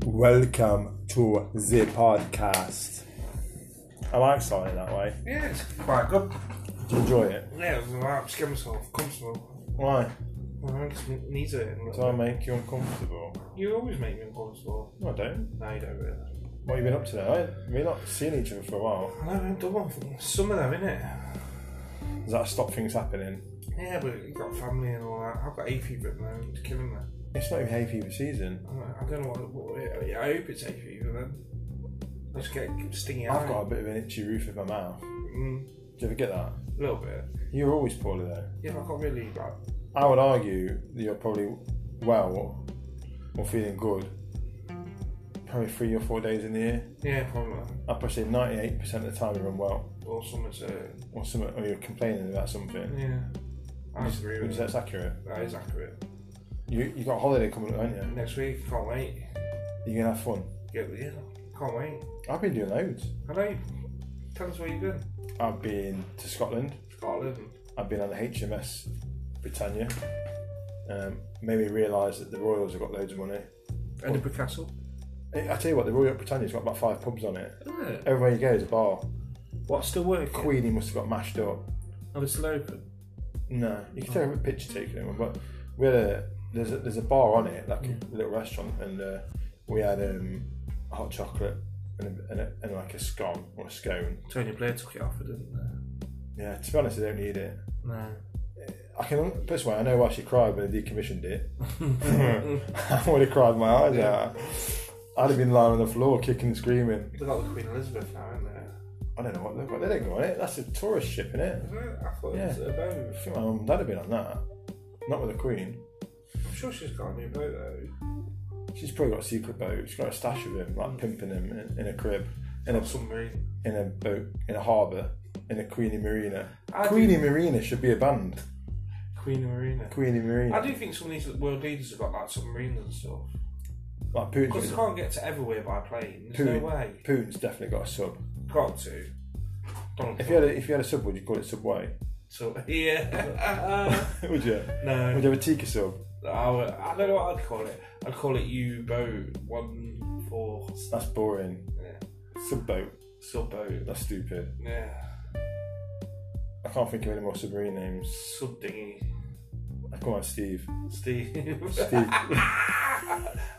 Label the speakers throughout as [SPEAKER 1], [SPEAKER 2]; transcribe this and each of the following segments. [SPEAKER 1] Welcome to the podcast. I like starting that way.
[SPEAKER 2] Yeah, it's quite good.
[SPEAKER 1] Do you enjoy it?
[SPEAKER 2] Yeah, I'm scared myself, comfortable.
[SPEAKER 1] Why?
[SPEAKER 2] My legs m- knees hurting a
[SPEAKER 1] Do I
[SPEAKER 2] little
[SPEAKER 1] make you uncomfortable?
[SPEAKER 2] bit. You always make me uncomfortable.
[SPEAKER 1] No, I don't.
[SPEAKER 2] No, you don't really.
[SPEAKER 1] What have you been up to now? We've not seen each other for a while.
[SPEAKER 2] I know, I've done one for some of them, innit?
[SPEAKER 1] Does that stop things happening?
[SPEAKER 2] Yeah, but you got family and all that. I've got hay fever at the moment, it's killing me.
[SPEAKER 1] It's not even hay fever season.
[SPEAKER 2] I don't- I don't know what, what it- yeah, I hope it's hay fever then. I just get stingy
[SPEAKER 1] I've
[SPEAKER 2] eye.
[SPEAKER 1] got a bit of an itchy roof of my mouth. Do
[SPEAKER 2] Mm,
[SPEAKER 1] you ever get that?
[SPEAKER 2] a little bit.
[SPEAKER 1] You're always poorly though.
[SPEAKER 2] Yeah, I've got really bad.
[SPEAKER 1] I would argue that you're probably well or feeling good probably three or four days in the year.
[SPEAKER 2] Yeah, probably.
[SPEAKER 1] I probably say 98% of the time you're unwell
[SPEAKER 2] Or something's hurting.
[SPEAKER 1] or, some, or you're complaining about something.
[SPEAKER 2] Yeah. I agree
[SPEAKER 1] Would you
[SPEAKER 2] with
[SPEAKER 1] say
[SPEAKER 2] that.
[SPEAKER 1] that's accurate?
[SPEAKER 2] That is accurate.
[SPEAKER 1] You, you got a holiday coming up, haven't you?
[SPEAKER 2] Next week, can't wait.
[SPEAKER 1] You're going to have fun.
[SPEAKER 2] Get yeah, can't wait.
[SPEAKER 1] I've been doing loads.
[SPEAKER 2] Hello. Tell us where you've been.
[SPEAKER 1] I've been to Scotland.
[SPEAKER 2] Scotland.
[SPEAKER 1] I've been on the HMS Britannia. Um, made me realise that the Royals have got loads of money.
[SPEAKER 2] Edinburgh Castle.
[SPEAKER 1] I I tell you what, the Royal Britannia's got about five pubs on it.
[SPEAKER 2] What
[SPEAKER 1] Everywhere you go is a bar.
[SPEAKER 2] still working?
[SPEAKER 1] Queenie must have got mashed up.
[SPEAKER 2] Oh, it's still open.
[SPEAKER 1] No, you can take a picture taken of them, but we had a there's a, there's a bar on it, like a little restaurant, and uh, we had um, hot chocolate and, a, and, a, and like a scone or a scone.
[SPEAKER 2] Tony Blair took it off, didn't uh, they?
[SPEAKER 1] Yeah, to be honest, I don't need it.
[SPEAKER 2] No.
[SPEAKER 1] I can put it this way, I know why she cried when they decommissioned it. I would have cried my eyes out. I'd have been lying on the floor kicking and screaming.
[SPEAKER 2] They got the Queen Elizabeth now in there.
[SPEAKER 1] I don't know what they've got. They don't go on it. That's a tourist ship, isn't it?
[SPEAKER 2] Isn't it? I thought it was
[SPEAKER 1] Yeah.
[SPEAKER 2] a boat.
[SPEAKER 1] I think my mum and dad have been on that. Not with the Queen.
[SPEAKER 2] I'm sure she's got a new boat though.
[SPEAKER 1] She's probably got a secret boat. She's got a stash of him, like pimping him in, in a crib, in a
[SPEAKER 2] Submarine.
[SPEAKER 1] in a boat, in a harbour, in a Queenie Marina.
[SPEAKER 2] I
[SPEAKER 1] Queenie Marina should be a band.
[SPEAKER 2] Queen Marina.
[SPEAKER 1] Queenie
[SPEAKER 2] I
[SPEAKER 1] Marina.
[SPEAKER 2] do think some of these world leaders have got like submarines and stuff.
[SPEAKER 1] Like Putin's,
[SPEAKER 2] Because they can't get to everywhere by plane. There's
[SPEAKER 1] Putin.
[SPEAKER 2] no way.
[SPEAKER 1] Putin's definitely got a sub.
[SPEAKER 2] Got to. Donald
[SPEAKER 1] If you had
[SPEAKER 2] Trump.
[SPEAKER 1] a, if you had a sub, would you call it Subway?
[SPEAKER 2] So, yeah.
[SPEAKER 1] would you?
[SPEAKER 2] no.
[SPEAKER 1] Would you have a Tika sub?
[SPEAKER 2] I, would, Oh, I don't know what I'd call it. I'd call it U boat one four
[SPEAKER 1] That's boring.
[SPEAKER 2] yeah,
[SPEAKER 1] Sub boat.
[SPEAKER 2] sub boat
[SPEAKER 1] That's stupid.
[SPEAKER 2] yeah
[SPEAKER 1] I can't think of any more submarine names.
[SPEAKER 2] sub dinghy
[SPEAKER 1] Come on, Steve.
[SPEAKER 2] Steve.
[SPEAKER 1] Steve.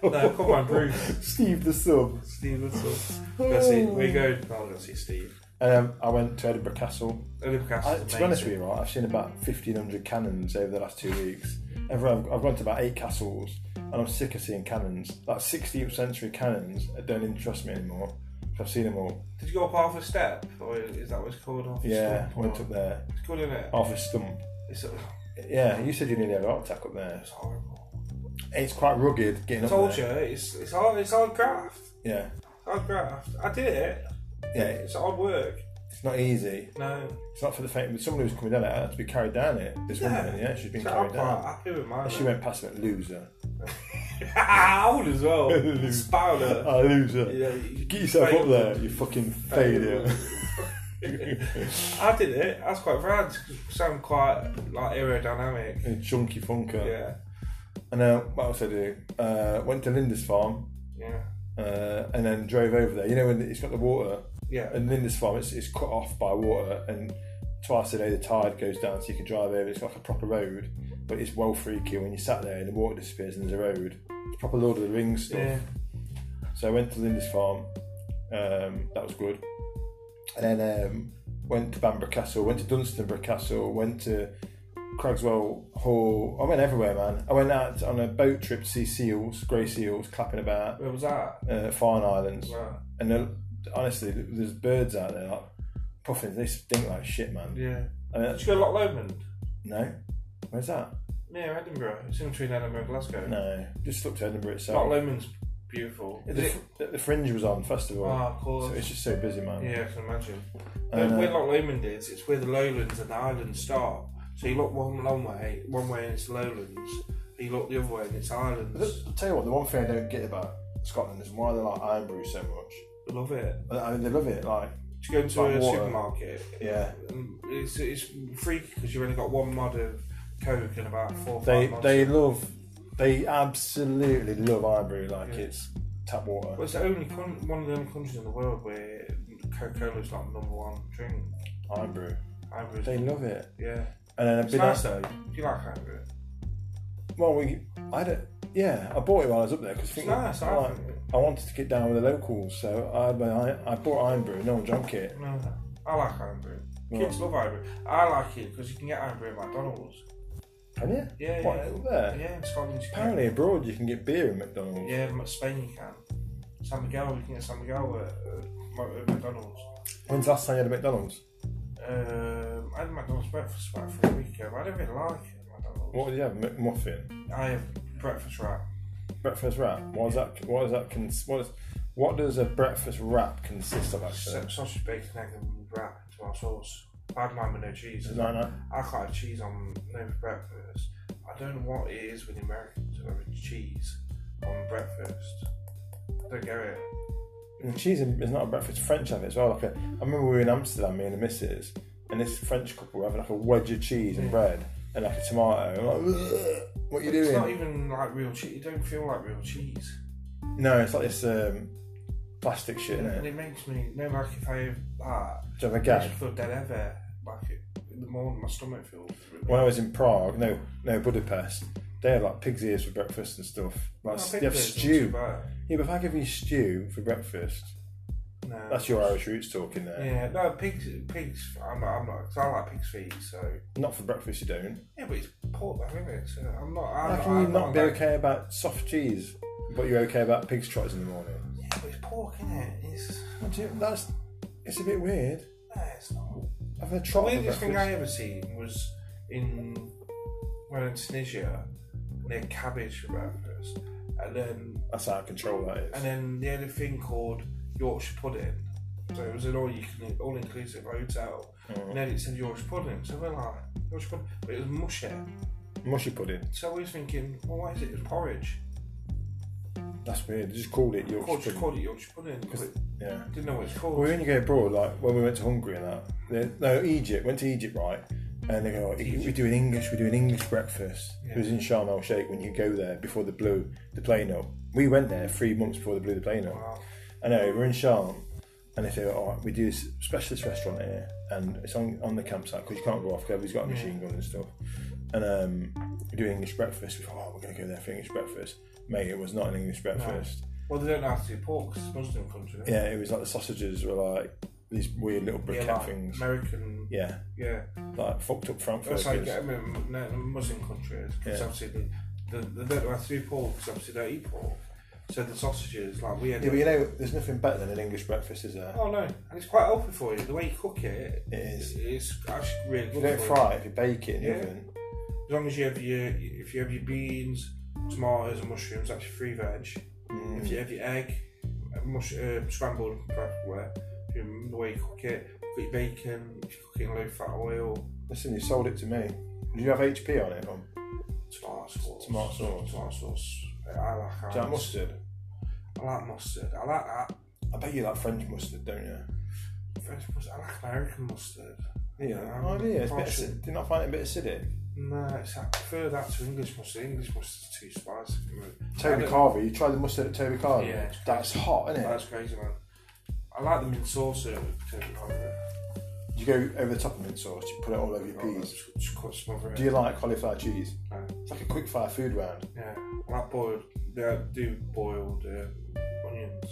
[SPEAKER 2] no, come on, Bruce.
[SPEAKER 1] Steve the sub. Oh.
[SPEAKER 2] Steve, that's us. That's it. We go. I'll go see Steve.
[SPEAKER 1] Um, I went to Edinburgh Castle.
[SPEAKER 2] Olympic
[SPEAKER 1] I,
[SPEAKER 2] Castle's
[SPEAKER 1] to be honest
[SPEAKER 2] amazing.
[SPEAKER 1] with you, right, I've seen about 1,500 cannons over the last two weeks. Every, I've, I've gone to about eight castles and I'm sick of seeing cannons. Like 16th century cannons don't interest me anymore. 'cause I've seen them all.
[SPEAKER 2] Did you go up half a step, or is that what it's called? Half a
[SPEAKER 1] Yeah,
[SPEAKER 2] step,
[SPEAKER 1] went Oh.
[SPEAKER 2] or-
[SPEAKER 1] up there.
[SPEAKER 2] It's good, isn't it?
[SPEAKER 1] Half a stump.
[SPEAKER 2] It's,
[SPEAKER 1] Yeah, you said you nearly had a heart attack up there.
[SPEAKER 2] it's horrible.
[SPEAKER 1] It's quite rugged getting
[SPEAKER 2] I
[SPEAKER 1] up
[SPEAKER 2] told
[SPEAKER 1] there.
[SPEAKER 2] you, it's it's hard. It's hard graft.
[SPEAKER 1] Yeah,
[SPEAKER 2] Hard graft. I did it.
[SPEAKER 1] yeah,
[SPEAKER 2] It's hard work.
[SPEAKER 1] it's not easy.
[SPEAKER 2] No.
[SPEAKER 1] It's not for the faint. But someone who's coming down it had to be carried down it. This
[SPEAKER 2] Yeah.
[SPEAKER 1] woman, yeah, she's been
[SPEAKER 2] So I'm
[SPEAKER 1] carried
[SPEAKER 2] quite
[SPEAKER 1] down.
[SPEAKER 2] happy with mine.
[SPEAKER 1] And she went past it, loser.
[SPEAKER 2] Owl as well.
[SPEAKER 1] Lose.
[SPEAKER 2] Spouter.
[SPEAKER 1] Ah, loser.
[SPEAKER 2] Yeah, you-
[SPEAKER 1] Get yourself
[SPEAKER 2] fail.
[SPEAKER 1] up there, you fucking failure.
[SPEAKER 2] I did it. I was quite proud because I'm quite like aerodynamic.
[SPEAKER 1] A chunky funker.
[SPEAKER 2] Yeah,
[SPEAKER 1] And uh, what else I do? Uh, went to Lindis Farm
[SPEAKER 2] yeah,
[SPEAKER 1] uh, and then drove over there. You know when it's got the water
[SPEAKER 2] yeah.
[SPEAKER 1] and Lindis Farm, it's, it's cut off by water and twice a day the tide goes down so you can drive over. It's like a proper road, but it's well freaky when you sat there and the water disappears and there's a road. It's proper Lord of the Rings stuff.
[SPEAKER 2] Yeah.
[SPEAKER 1] So I went to Lindis Farm. Um, that was good. And then um, went to Bamborough Castle, went to Dunstanborough Castle, went to Cragswell Hall. I went everywhere, man. I went out on a boat trip to see seals, grey seals, clapping about
[SPEAKER 2] Where was that?
[SPEAKER 1] uh, Farne Islands.
[SPEAKER 2] Right.
[SPEAKER 1] And they're- honestly, there's birds out there, like puffins. They stink like shit, man.
[SPEAKER 2] Yeah.
[SPEAKER 1] And
[SPEAKER 2] Did
[SPEAKER 1] that's-
[SPEAKER 2] you go to Loch Lomond?
[SPEAKER 1] no, where's that?
[SPEAKER 2] Near Edinburgh. It's in between Edinburgh and Glasgow.
[SPEAKER 1] No, just looked at Edinburgh
[SPEAKER 2] Loch
[SPEAKER 1] itself.
[SPEAKER 2] Lomond's beautiful. Is
[SPEAKER 1] the,
[SPEAKER 2] it?
[SPEAKER 1] fr- the Fringe was on festival,
[SPEAKER 2] Ah, of
[SPEAKER 1] so
[SPEAKER 2] course.
[SPEAKER 1] it's just so busy, man.
[SPEAKER 2] Yeah, I can imagine.
[SPEAKER 1] And, uh,
[SPEAKER 2] where, where Loch Lomond is, it's where the lowlands and the islands start. So you look one long way, one way and it's lowlands. And you look the other way and it's islands.
[SPEAKER 1] I'll tell you what, the one thing I don't get about Scotland is why they like iron brew so much.
[SPEAKER 2] I love it.
[SPEAKER 1] I mean, they love it, like,
[SPEAKER 2] To go into
[SPEAKER 1] Like
[SPEAKER 2] a
[SPEAKER 1] water.
[SPEAKER 2] supermarket,
[SPEAKER 1] yeah.
[SPEAKER 2] um, it's, it's freaky because you've only got one mod of Coke and about four or
[SPEAKER 1] They
[SPEAKER 2] five mods.
[SPEAKER 1] they love, they absolutely love iron brew, like
[SPEAKER 2] Yeah.
[SPEAKER 1] it's tap water.
[SPEAKER 2] Well, it's the only con- one of them countries in the world where Coca Cola's not the number one drink.
[SPEAKER 1] Iron brew.
[SPEAKER 2] I was,
[SPEAKER 1] They love it.
[SPEAKER 2] yeah.
[SPEAKER 1] And then a
[SPEAKER 2] It's
[SPEAKER 1] bit
[SPEAKER 2] nice though. Do you like Hungary?
[SPEAKER 1] Well, we, I don't. Yeah, I bought it while I was up there because I
[SPEAKER 2] It's
[SPEAKER 1] think
[SPEAKER 2] nice.
[SPEAKER 1] I,
[SPEAKER 2] I
[SPEAKER 1] like-
[SPEAKER 2] think.
[SPEAKER 1] I wanted to get down with the locals, so I when I, I bought Iron Brew. No one drank it.
[SPEAKER 2] No, I like Hungary. Kids love Hungary. I like it because you can get Hungary at McDonald's.
[SPEAKER 1] Can you?
[SPEAKER 2] Yeah,
[SPEAKER 1] What
[SPEAKER 2] yeah.
[SPEAKER 1] up there?
[SPEAKER 2] Yeah, in Scotland you can.
[SPEAKER 1] Apparently abroad you can get beer in McDonald's.
[SPEAKER 2] Yeah, in Spain you can. San Miguel, you can get San Miguel at, uh, at McDonald's.
[SPEAKER 1] When's the last time you had a McDonald's?
[SPEAKER 2] Um, I had McDonald's breakfast about three weeks ago, but I don't really like it. McDonald's.
[SPEAKER 1] What did you have? McMuffin.
[SPEAKER 2] I have breakfast wrap.
[SPEAKER 1] Breakfast wrap. What is that? What is that? Cons- what is? What does a breakfast wrap consist of? Actually,
[SPEAKER 2] Sa- sausage, bacon, egg, and wrap into my sauce. I had mine with no cheese.
[SPEAKER 1] Is that right?
[SPEAKER 2] I can't have cheese on no breakfast. I don't know what it is with the Americans who having cheese on breakfast. I don't get it.
[SPEAKER 1] And cheese is not a breakfast. French have it as well. Like a, I remember we were in Amsterdam, me and the missus, and this French couple were having like a wedge of cheese and bread and like a tomato. I'm like, "Ugh, what are you
[SPEAKER 2] It's not
[SPEAKER 1] doing?
[SPEAKER 2] even like real cheese. It don't feel like real cheese.
[SPEAKER 1] No, it's like this um, plastic shit.
[SPEAKER 2] And,
[SPEAKER 1] Innit?
[SPEAKER 2] it makes me no like if I have that,
[SPEAKER 1] Do you have a
[SPEAKER 2] I
[SPEAKER 1] gag?
[SPEAKER 2] just feel dead ever. Like it, in the morning, my stomach feels. Really
[SPEAKER 1] When I was in Prague, no, no Budapest, they had like pig's ears for breakfast and stuff. Like
[SPEAKER 2] I think
[SPEAKER 1] they have
[SPEAKER 2] there's not too
[SPEAKER 1] stew.
[SPEAKER 2] bad.
[SPEAKER 1] Yeah, but if I give you stew for breakfast,
[SPEAKER 2] No.
[SPEAKER 1] that's your Irish roots talking there.
[SPEAKER 2] Yeah, no pigs. Pigs. I'm not. I'm not. Cause I like pigs' feet. So
[SPEAKER 1] Not for breakfast, you don't.
[SPEAKER 2] yeah, but it's pork, though, isn't it? So I'm not. I'm
[SPEAKER 1] How
[SPEAKER 2] not,
[SPEAKER 1] can you
[SPEAKER 2] I'm
[SPEAKER 1] not be
[SPEAKER 2] that-
[SPEAKER 1] okay about soft cheese, but you're okay about pig's trotters in the morning?
[SPEAKER 2] Yeah, but it's pork, isn't it? It's
[SPEAKER 1] Well, do you- That's it's a bit weird.
[SPEAKER 2] Nah, it's not.
[SPEAKER 1] I've had
[SPEAKER 2] The
[SPEAKER 1] trot for
[SPEAKER 2] weirdest thing I
[SPEAKER 1] breakfast.
[SPEAKER 2] ever seen was in when in Tunisia, and they had cabbage for breakfast, and then
[SPEAKER 1] That's out of control. That is.
[SPEAKER 2] and then they had a thing called Yorkshire pudding. So it was an all you can all inclusive hotel,
[SPEAKER 1] Mm-hmm.
[SPEAKER 2] and then it said Yorkshire pudding. So we're like Yorkshire pudding, but it was mushy.
[SPEAKER 1] Mushy pudding.
[SPEAKER 2] So we was thinking, well, why is it? It's porridge.
[SPEAKER 1] That's weird. They just called it
[SPEAKER 2] Of course,
[SPEAKER 1] Yorkshire
[SPEAKER 2] you
[SPEAKER 1] pudding.
[SPEAKER 2] called it Yorkshire pudding. but
[SPEAKER 1] Yeah.
[SPEAKER 2] Didn't know what it's
[SPEAKER 1] Well,
[SPEAKER 2] called.
[SPEAKER 1] we only go abroad, like when we went to Hungary and that. They, no, Egypt. Went to Egypt, right? And they go, "Oh, we're doing English. We're doing English breakfast. It was in Sharm El Sheikh when you go there before the blew the plane up. We went there three months before the blew the plane up.
[SPEAKER 2] Wow.
[SPEAKER 1] I know we're in Sharm, and they say, "All right, we do this specialist restaurant here, and it's on, on the campsite because you can't go off because he's got a machine gun and stuff." And um, we do English breakfast. We thought, "Oh, we're gonna go there for English breakfast." Mate, it was not an English breakfast.
[SPEAKER 2] Well, they don't know how to do pork 'cause it's Muslim country. don't they?
[SPEAKER 1] Yeah, it was like the sausages were like these weird little briquette
[SPEAKER 2] Yeah, like
[SPEAKER 1] things.
[SPEAKER 2] American.
[SPEAKER 1] Yeah,
[SPEAKER 2] Yeah.
[SPEAKER 1] like fucked up frankfurters.
[SPEAKER 2] That's like I mean, no, the Muslim countries because
[SPEAKER 1] Yeah.
[SPEAKER 2] obviously the, the, they don't have to do pork because obviously they don't eat pork. So the sausages, like we had.
[SPEAKER 1] yeah, but you know, there's nothing better than an English breakfast, is there?
[SPEAKER 2] oh no, and it's quite healthy for you. The way you cook it,
[SPEAKER 1] It is.
[SPEAKER 2] it's actually really
[SPEAKER 1] If you
[SPEAKER 2] good.
[SPEAKER 1] don't
[SPEAKER 2] for
[SPEAKER 1] fry it, if you bake it in the
[SPEAKER 2] Yeah.
[SPEAKER 1] oven,
[SPEAKER 2] As long as you have your if you have your beans, tomatoes, and mushrooms, that's your free veg.
[SPEAKER 1] Mm.
[SPEAKER 2] If you have your egg, a mush, uh, scrambled preferably, if you- the way you cook it, put your bacon, if you cook it in low fat oil,
[SPEAKER 1] listen, you sold it to me. Do you have HP on it? Tom?
[SPEAKER 2] tomato sauce,
[SPEAKER 1] Tomato sauce.
[SPEAKER 2] tomato sauce. Uh, I like
[SPEAKER 1] Do you
[SPEAKER 2] that.
[SPEAKER 1] have mustard?
[SPEAKER 2] I like mustard. I like that.
[SPEAKER 1] I bet you like French mustard, don't you?
[SPEAKER 2] French mustard. I like American mustard.
[SPEAKER 1] Yeah,
[SPEAKER 2] Um,
[SPEAKER 1] oh, yeah. It's a bit
[SPEAKER 2] Russian.
[SPEAKER 1] acid. Do you not find it a bit acidic?
[SPEAKER 2] No, it's, I prefer that to English mustard. English mustard's too spicy for me. I
[SPEAKER 1] Toby
[SPEAKER 2] don't-
[SPEAKER 1] Carver, you tried the mustard at Toby Carver?
[SPEAKER 2] Yeah, it's
[SPEAKER 1] That's hot, isn't it?
[SPEAKER 2] That's crazy, man. I like them in sauce with potato colour.
[SPEAKER 1] You go over the top of mint sauce, you put it all over your peas.
[SPEAKER 2] Just, just cut some over it.
[SPEAKER 1] Do you like cauliflower cheese?
[SPEAKER 2] No.
[SPEAKER 1] It's like a quick fire food round.
[SPEAKER 2] Yeah, I like boiled. They do boiled uh, onions.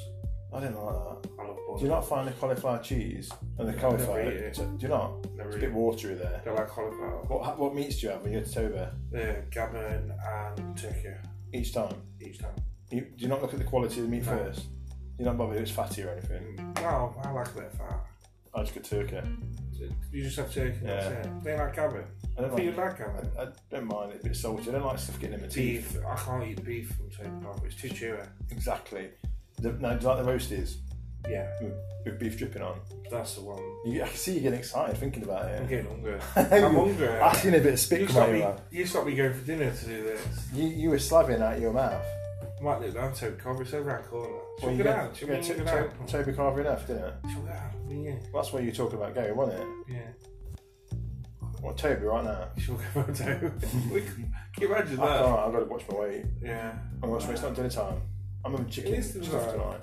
[SPEAKER 1] I don't like that.
[SPEAKER 2] I love boiled.
[SPEAKER 1] Do you not find the cauliflower cheese and the cauliflower?
[SPEAKER 2] never eat it.
[SPEAKER 1] Do you not?
[SPEAKER 2] Never
[SPEAKER 1] It's a
[SPEAKER 2] eat
[SPEAKER 1] bit watery there.
[SPEAKER 2] They like cauliflower.
[SPEAKER 1] What, what meats do you have when you're at Toby
[SPEAKER 2] Uh, gammon and turkey
[SPEAKER 1] each time?
[SPEAKER 2] each time.
[SPEAKER 1] You, do you not look at the quality of the meat
[SPEAKER 2] No.
[SPEAKER 1] first? You're not bothered if it's fatty or anything.
[SPEAKER 2] No, Oh, I like a bit of fat.
[SPEAKER 1] I just get turkey.
[SPEAKER 2] You just have turkey. That's it. They like gammon.
[SPEAKER 1] I don't,
[SPEAKER 2] I think
[SPEAKER 1] like,
[SPEAKER 2] you like gammon.
[SPEAKER 1] I, I don't mind it a bit salty. I don't like stuff getting in my teeth.
[SPEAKER 2] beef. I can't eat beef from Tony Parker. It's too chewy.
[SPEAKER 1] Exactly. The, now, do you like the roasties
[SPEAKER 2] Yeah,
[SPEAKER 1] with, with beef dripping on?
[SPEAKER 2] that's the one.
[SPEAKER 1] You, I can see you getting excited thinking about
[SPEAKER 2] I'm
[SPEAKER 1] it.
[SPEAKER 2] getting hungry. I'm hungry.
[SPEAKER 1] I seen a bit of spit
[SPEAKER 2] You
[SPEAKER 1] come out
[SPEAKER 2] stop
[SPEAKER 1] of your
[SPEAKER 2] me.
[SPEAKER 1] mouth.
[SPEAKER 2] You stop me going for dinner to do this.
[SPEAKER 1] You, you were slabbing out your mouth.
[SPEAKER 2] I might look down Tony Parker. It's over around the corner. Should
[SPEAKER 1] Well,
[SPEAKER 2] we
[SPEAKER 1] you
[SPEAKER 2] go
[SPEAKER 1] go-
[SPEAKER 2] down?
[SPEAKER 1] you
[SPEAKER 2] Should we
[SPEAKER 1] go
[SPEAKER 2] go
[SPEAKER 1] to-
[SPEAKER 2] down?
[SPEAKER 1] to- Toby Carver enough, didn't it?
[SPEAKER 2] Should we go down? Yeah.
[SPEAKER 1] Well, that's where you were talking about going, wasn't it?
[SPEAKER 2] Yeah.
[SPEAKER 1] Well, Toby right now.
[SPEAKER 2] Should we go down? We Can can you imagine
[SPEAKER 1] I
[SPEAKER 2] that?
[SPEAKER 1] can't, I've got to watch my weight.
[SPEAKER 2] Yeah.
[SPEAKER 1] I'm watching, it's not dinner time. I remember chicken
[SPEAKER 2] It is
[SPEAKER 1] stuff
[SPEAKER 2] alright.
[SPEAKER 1] tonight.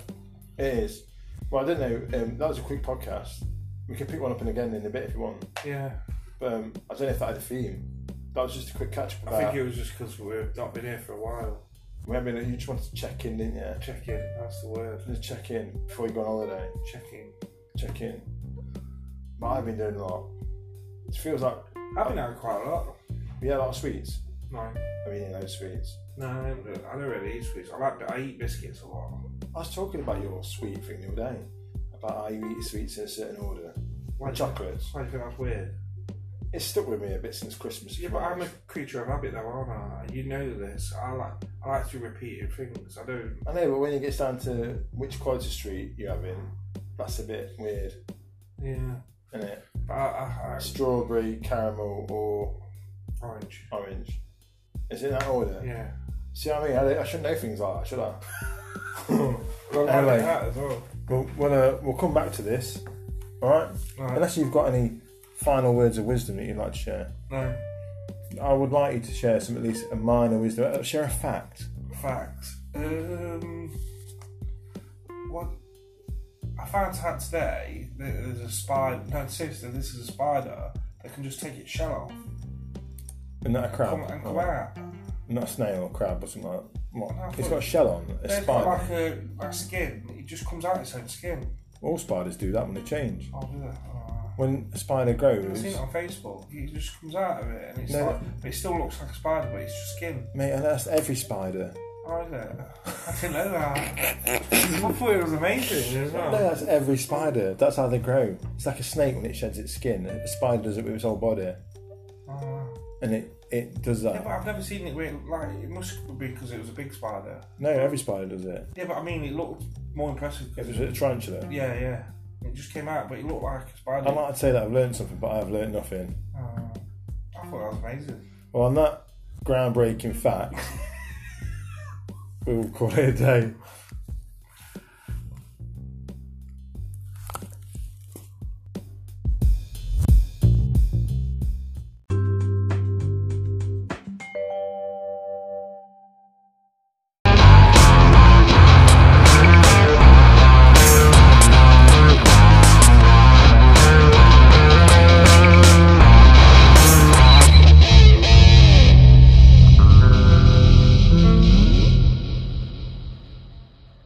[SPEAKER 1] It is. Well, I don't know. Um, that was a quick podcast. We can pick one up in again in a bit if you want.
[SPEAKER 2] Yeah,
[SPEAKER 1] But um, I don't know if that had a theme. That was just a quick catch up.
[SPEAKER 2] I
[SPEAKER 1] About,
[SPEAKER 2] think it was just because we've not been here for a while.
[SPEAKER 1] we haven't been- you just wanted to check in, didn't you?
[SPEAKER 2] Check in, that's the word.
[SPEAKER 1] Just check in before you go on holiday.
[SPEAKER 2] Check in.
[SPEAKER 1] Check in. But I've been doing a lot. It feels like
[SPEAKER 2] I've been out quite a lot.
[SPEAKER 1] we had a lot of sweets.
[SPEAKER 2] No,
[SPEAKER 1] I mean, those sweets.
[SPEAKER 2] no, I don't, I don't really eat sweets. I like, I eat biscuits a lot.
[SPEAKER 1] I was talking about your sweet thing the other day about how you eat sweets in a certain order.
[SPEAKER 2] Why
[SPEAKER 1] And
[SPEAKER 2] do you,
[SPEAKER 1] chocolates.
[SPEAKER 2] why do you think that's weird?
[SPEAKER 1] It's stuck with me a bit since Christmas.
[SPEAKER 2] Yeah, but I'm a creature of habit, though, aren't I? You know this. I like, I like to do repeated things. I don't.
[SPEAKER 1] I know, but when it gets down to which quality street you're having, that's a bit weird,
[SPEAKER 2] Yeah,
[SPEAKER 1] isn't it?
[SPEAKER 2] but I,
[SPEAKER 1] Strawberry, caramel, or
[SPEAKER 2] I, I orange.
[SPEAKER 1] orange. Is it in that order?
[SPEAKER 2] Yeah.
[SPEAKER 1] See what I mean? I, don't- I should know things like that, should I?
[SPEAKER 2] Well, I
[SPEAKER 1] Anyway.
[SPEAKER 2] like that as well.
[SPEAKER 1] Well, well uh, we'll come back to this, all right?
[SPEAKER 2] Right.
[SPEAKER 1] Unless you've got any final words of wisdom that you'd like to share.
[SPEAKER 2] No
[SPEAKER 1] I would like you to share some, at least a minor wisdom. Uh, Share a fact.
[SPEAKER 2] fact. Um, what I found out today that there's a spider. No, seriously, this is a spider that can just take its shell off
[SPEAKER 1] And not a crab.
[SPEAKER 2] come, and come
[SPEAKER 1] or-
[SPEAKER 2] out.
[SPEAKER 1] Not Oh, a snail or crab or something like that.
[SPEAKER 2] No, I
[SPEAKER 1] What? It's
[SPEAKER 2] thought-
[SPEAKER 1] got a shell on, a
[SPEAKER 2] It's got
[SPEAKER 1] spider.
[SPEAKER 2] like a like skin. It just comes out its own skin.
[SPEAKER 1] All spiders do that when they change.
[SPEAKER 2] Oh, do that. Oh.
[SPEAKER 1] When a spider
[SPEAKER 2] I've
[SPEAKER 1] grows,
[SPEAKER 2] seen it on Facebook. It just comes out of it, and it's
[SPEAKER 1] No.
[SPEAKER 2] like, but it still looks like a spider, but it's just skin.
[SPEAKER 1] mate, and that's every spider.
[SPEAKER 2] Oh, is it? I didn't know that. I thought it was amazing as
[SPEAKER 1] No,
[SPEAKER 2] well.
[SPEAKER 1] that's every spider. That's how they grow. It's like a snake when it sheds its skin. A spider does it with its whole body,
[SPEAKER 2] Oh.
[SPEAKER 1] and it it does
[SPEAKER 2] Yeah,
[SPEAKER 1] that.
[SPEAKER 2] but I've never seen it. Where, like, it must be because it was a big spider.
[SPEAKER 1] No, every spider does it.
[SPEAKER 2] Yeah, but I mean, it looked more impressive.
[SPEAKER 1] If
[SPEAKER 2] 'cause-
[SPEAKER 1] it's a tarantula.
[SPEAKER 2] yeah, yeah. It just came out, but it looked like a spider.
[SPEAKER 1] I might say that I've learned something, but I've learned nothing.
[SPEAKER 2] Oh. I thought that was amazing.
[SPEAKER 1] Well, on that groundbreaking fact, we will call it a day.